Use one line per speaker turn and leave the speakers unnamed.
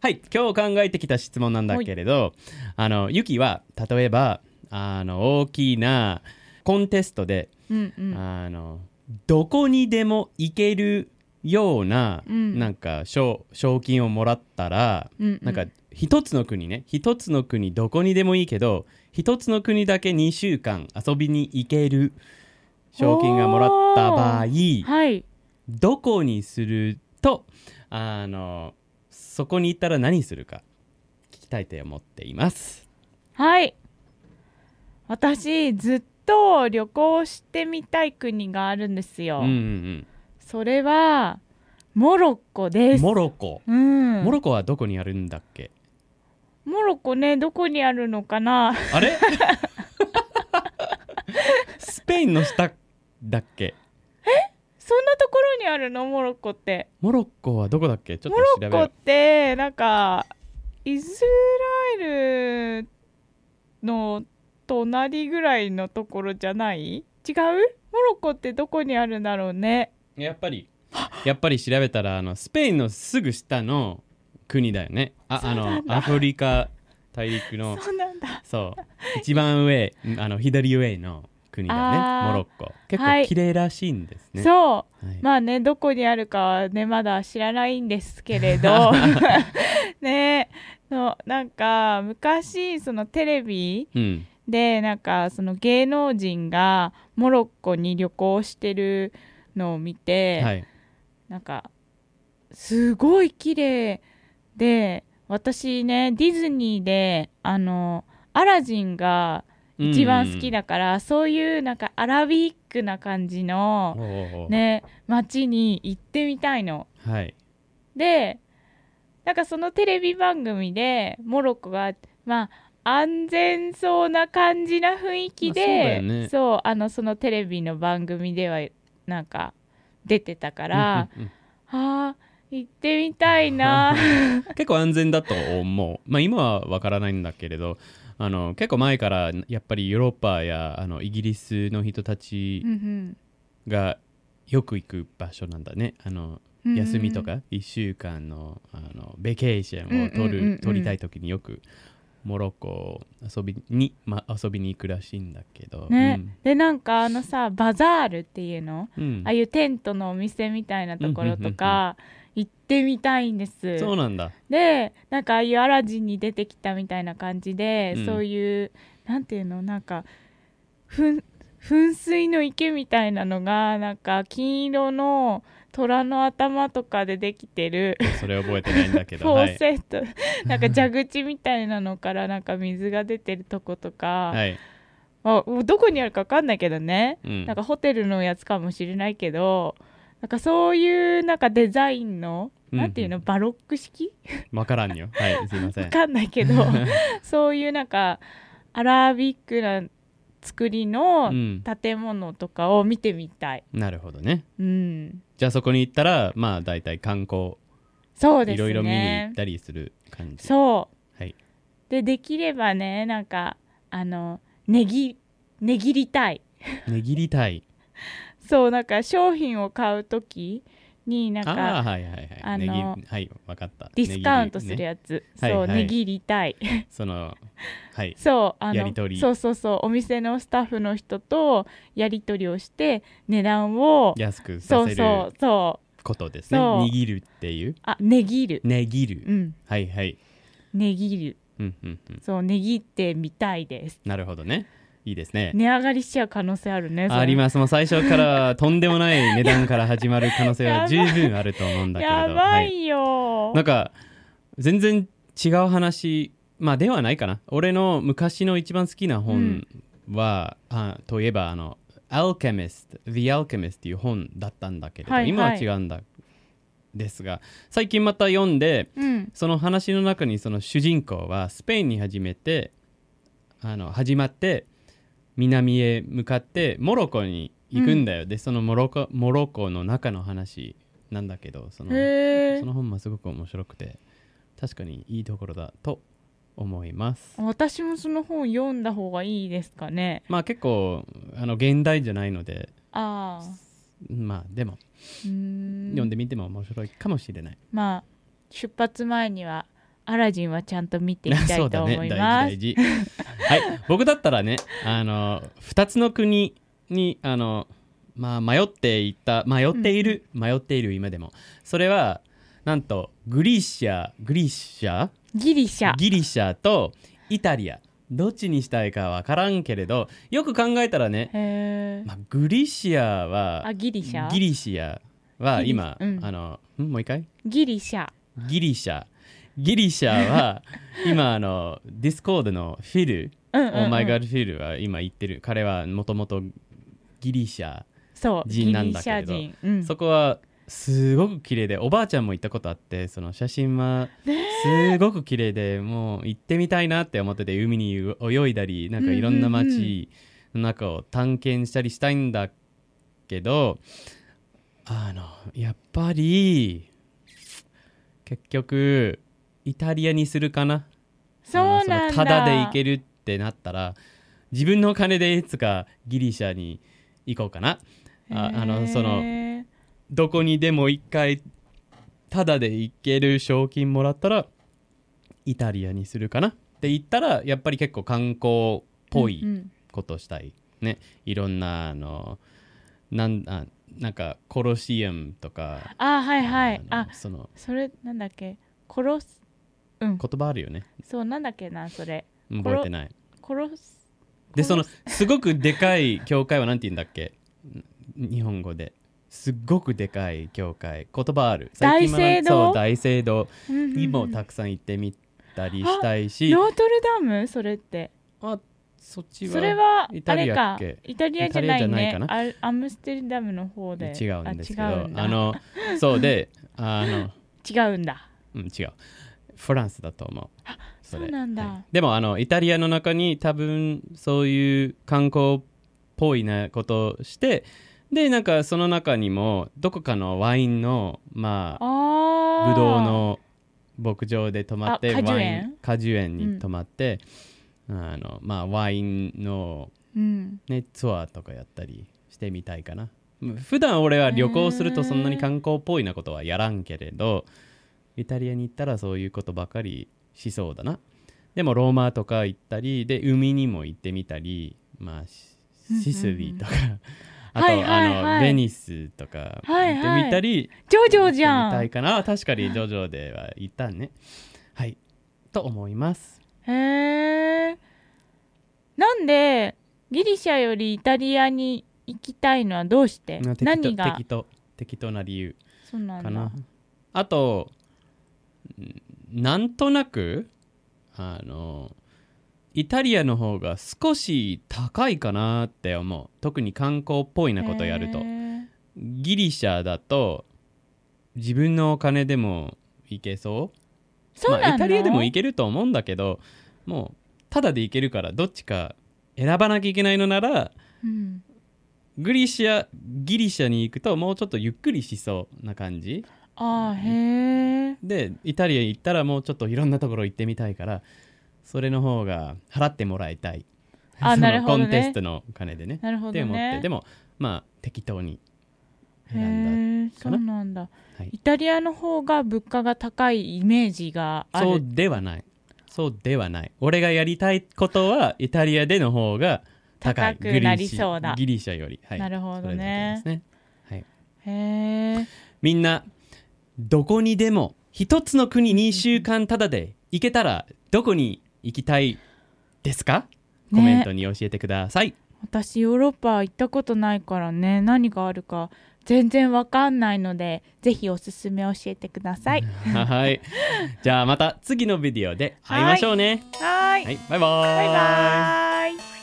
はい今日考えてきた質問なんだけれど、あのユキは例えばあの大きなコンテストで、
うんうん
あのどこにでも行けるような、
うん
なんか賞賞金をもらったら、
うんうん
なんか一つの国ね一つの国どこにでもいいけど一つの国だけ2週間遊びに行ける賞金がもらった場合
はい
どこにするとあのそこに行ったら何するか聞きたいと思っています。
はい私ずっと旅行してみたい国があるんです
う
よ、
んうん
それはモロッコ
う
で
ん、
す
モロコ、
うん、
モロコはどこにあるんだっ け
モロッコねどこにあるのかな
あれスペインの下だっけ
そんなところにあるのモロッコって
モロッコはどこだっけちょっ
モロ
と調べ
ッ
る
コってなんかイスラエルの隣ぐらいのところじゃない違うモロッコってどこにあるんだろうね
やっぱりやっぱり調べたらあのスペインのすぐ下の国だよねあ
そう
あ
なん
の
だ
アフリカ大陸の
そうなんだ
そう一番上あの左上の国だ
あー
ねモロッコ結
は
構
い
綺麗らしいんですね、は
そう
い
まあねどこにあるかはねまだ知らないんですけ れどねのなんか昔そのテレビ
うん
でなんかその芸能人がモロッコに旅行してるのを見て、
はい
なんかすごい綺麗で私ねディズニーであのアラジンが一番好きだから、そういうなんかアラビックな感じの
うんうんおうおう
ね街に行ってみたいの。
はい
でなんかそのテレビ番組でモロッコがまあ安全そうな感じな雰囲気
まあそうだ
で、
よね
そうあのそのテレビの番組ではなんか出てたから、
うんうん
あー行ってみた いな
うん 結構安全だと思うまあ今はわからないんだけれどあの結構前からやっぱりヨーロッパやあのイギリスの人たち
うんうん
がよく行く場所なんだねあの
うんうん
休みとか1週間のあのベケーションを取
うんうんうんうん
る取りたい時によくモロッコ遊びに、ま、遊びに行くらしいんだけど、
ね、でなんかあのさバザールっていうの、
うんうん
ああいうテントのお店みたいなところとか、行ってみたいんです
そうなんだ
でなんかああいうアラジンに出てきたみたいな感じで、
うん
そういうなんていうのなんかふん噴水の池みたいなのがなんか金色の虎の頭とかでできてる
それ覚えてないんだけ
フ
ど
ォ
はい
ー、セット、なんか蛇口みたいなのからなんか水が出てるとことか、
はい
あどこにあるか分かんないけどね、
うん
なんかホテルのやつかもしれないけどなんかそういうなんかデザインの、なんていう
う
の
ん
バロック式
わからんよはいすいませ
わ
ん
かんない けどそういうなんかアラビックな作りの
うん、
建物とかを見てみたい、
なるほどね
うん、
じゃあそこに行ったらまあ大体観光、
そうで
い
すね
ろいろ見に行ったりする感じ
そう
はい
でできればねなんかあのねぎねぎりたい
握りたい
そうなんか商品を買う時になん
ああー
か
はいはいはい
あの
ねぎはいわかった
ディスカウントす
ねぎり
る
ね
やつ、
はい
そう、
はい
ねぎりたい
そのはい
そうあ
や
の
り取り
そうそうそうお店のスタッフの人とやり取りをして値段を
安くさ
そ
せる
うそうそう
ことですね
そう
握るっていう
あねぎる
ねぎる、
うん
はいはい
ねぎる
うんうんうん
そうねぎってみたいです
なるほどねいいですね
値上がりしちゃう可能性あるね
あり
す
ますもう最初からとんでもない値段から始まる可能性は
やばい
十分あると思うんだけれど
やばいよ、
なんか全然違う話まあではないかな俺の昔の一番好きな本は、あといえばあの「Alchemist」「The Alchemist」っていう本だったんだけれど、
はいはい
今は違うんだですが最近また読んで
うん
その話の中にその主人公はスペインに始めてあの始まって南へ向かってモロッコに行くんだよ、でそのモロコモロッコの中の話なんだけどその
へえ
その本もすごく面白くて確かにいいところだと思います。
私もその本読んだ方がいいですかね
まあ結構あの現代じゃないので
ああ
まあでも
うーん
読んでみても面白いかもしれない。
まあ出発前にはアラジンはちゃんと見ていき た
そう
いと
だ
思
ね
います。
大事大事はい僕だったらねあの2つの国にあの、まあ、迷っていった迷っている、迷っている今でもそれはなんとグリシアグリシャ
ギリシャ。
ギリシャとイタリアどっちにしたいかわからんけれどよく考えたらね、
へー
まあ、グリシアは
あ、ギリシャ
ギリシアは今、
ギリうん
あのんもう一回
ギリシャ。
ギリシャギリシャ は今あのディスコードのフィル
うんうん、う
オ
ん。
ーマイガードフィルは今言ってる彼はもともとギリシャ、
そう、ギ
人
リ
なんだ
シ
けれ
ャ
ど
人。うん、
そこはすごく綺麗でおばあちゃんも行ったことあってその写真はすごく綺麗でもう行ってみたいなって思ってて海に泳いだりなんかいろんな
うんうんうん
街の中を探検したりしたいんだけどあのやっぱり結局イタリアにするかな
そうな
あ
ん
の
だ。
そのタダで行けるってなったら自分のお金でいつかギリシャに行こうかなああのその
へー
どこにでも一回タダで行ける賞金もらったらイタリアにするかなって言ったらやっぱり結構観光っぽ
う
い
ん
ことしたい、ねいろんなあのなんあなんかコロシアムとか
あ、はいはい。
あ
あ
の、その
それ、なんだっけ。殺す。うん。
言葉あるよね
そう、なんだっけな、それ。ロ
覚えてない
殺す。
でそのすごくでかい教会はなんて言うんだっけん日本語ですっごくでかい教会言葉ある
大
はなん
聖堂
そう大聖堂に
に
もたくさん行ってみたりしたいし
ノートルダムそれって。
あそっちは
それは
イ、タ
あ
リ
れ
アっ
か
け。
イタリアじゃない
イタリアじゃない
ね
か。な
あアムステルダムの方で。
違うんですけど
あ
あ
違うん だ
のそうであ の
違うんだ。
うん違うフランスだと思うそれ
そうなんだ
はいでもあのイタリアの中に多分そういう観光っぽいなことをしてでなんかその中にもどこかのワインのまあ
あ
ブ
あ。
ドウ。の牧場で泊まって
あ果樹園
ワイン果樹園に泊まって、あのまあワインの
うん。
ね、ツアーとかやったりしてみたいかなうん普段俺は旅行するとそんなに観光っぽいなことはやらんけれどイタリアに行ったらそういうことばかりしそうだなでもローマとか行ったりで海にも行ってみたりまあシ
うんうんうん
シスリーとかあと、
はいはいはい
あのベニスとか行
はいはい
ってみたり、
ジョジ
行っ
ョ
てみ
じゃ
た
ん
い。かな確かにジョジョでは行ったねはいと思います
へえ。なんでギリシャよりイタリアに行きたいのはどうして
適当
何が
適当適当な理由
そうなん
か
だ
なあとんなんとなくあのイタリアの方が少し高いかなって思う特に観光っぽいなことやると
へー
ギリシャだと自分のお金でも行けそう
そう
ま
なの、
あ、イタリアでも行けると思うんだけどもうただで行けるからどっちか選ばなきゃいけないのなら
うん
グリシアギリシャに行くともうちょっとゆっくりしそうな感じ
ああへえ
でイタリア行ったらもうちょっといろんなところ行ってみたいからそれの方が払ってもらいたい
あ
その
なるほどね
コンテストのお金でね
なるほど
って思って
ね
でもまあ適当に選んだ
へ
か
えそ
な
うなんだ、
はい
イタリアの方が物価が高いイメージがあ
そう
る
ではないそうではない俺がやりたいことはイタリアでの方が高い
高くなりそうだ
グリシャギリシャより、はい、
なるほどね
それだけですねはい、
へえ
みんなどこにでも一つの国に週間ただで行けたらどこに行きたいですか、コメントに教えてください
私ヨーロッパ行ったことないからね何があるか全然わかんないのでぜひおすすめ教えてください
はいじゃあまた次のビデオで会いましょうね
はーい
はい、バイバー
バイバーイ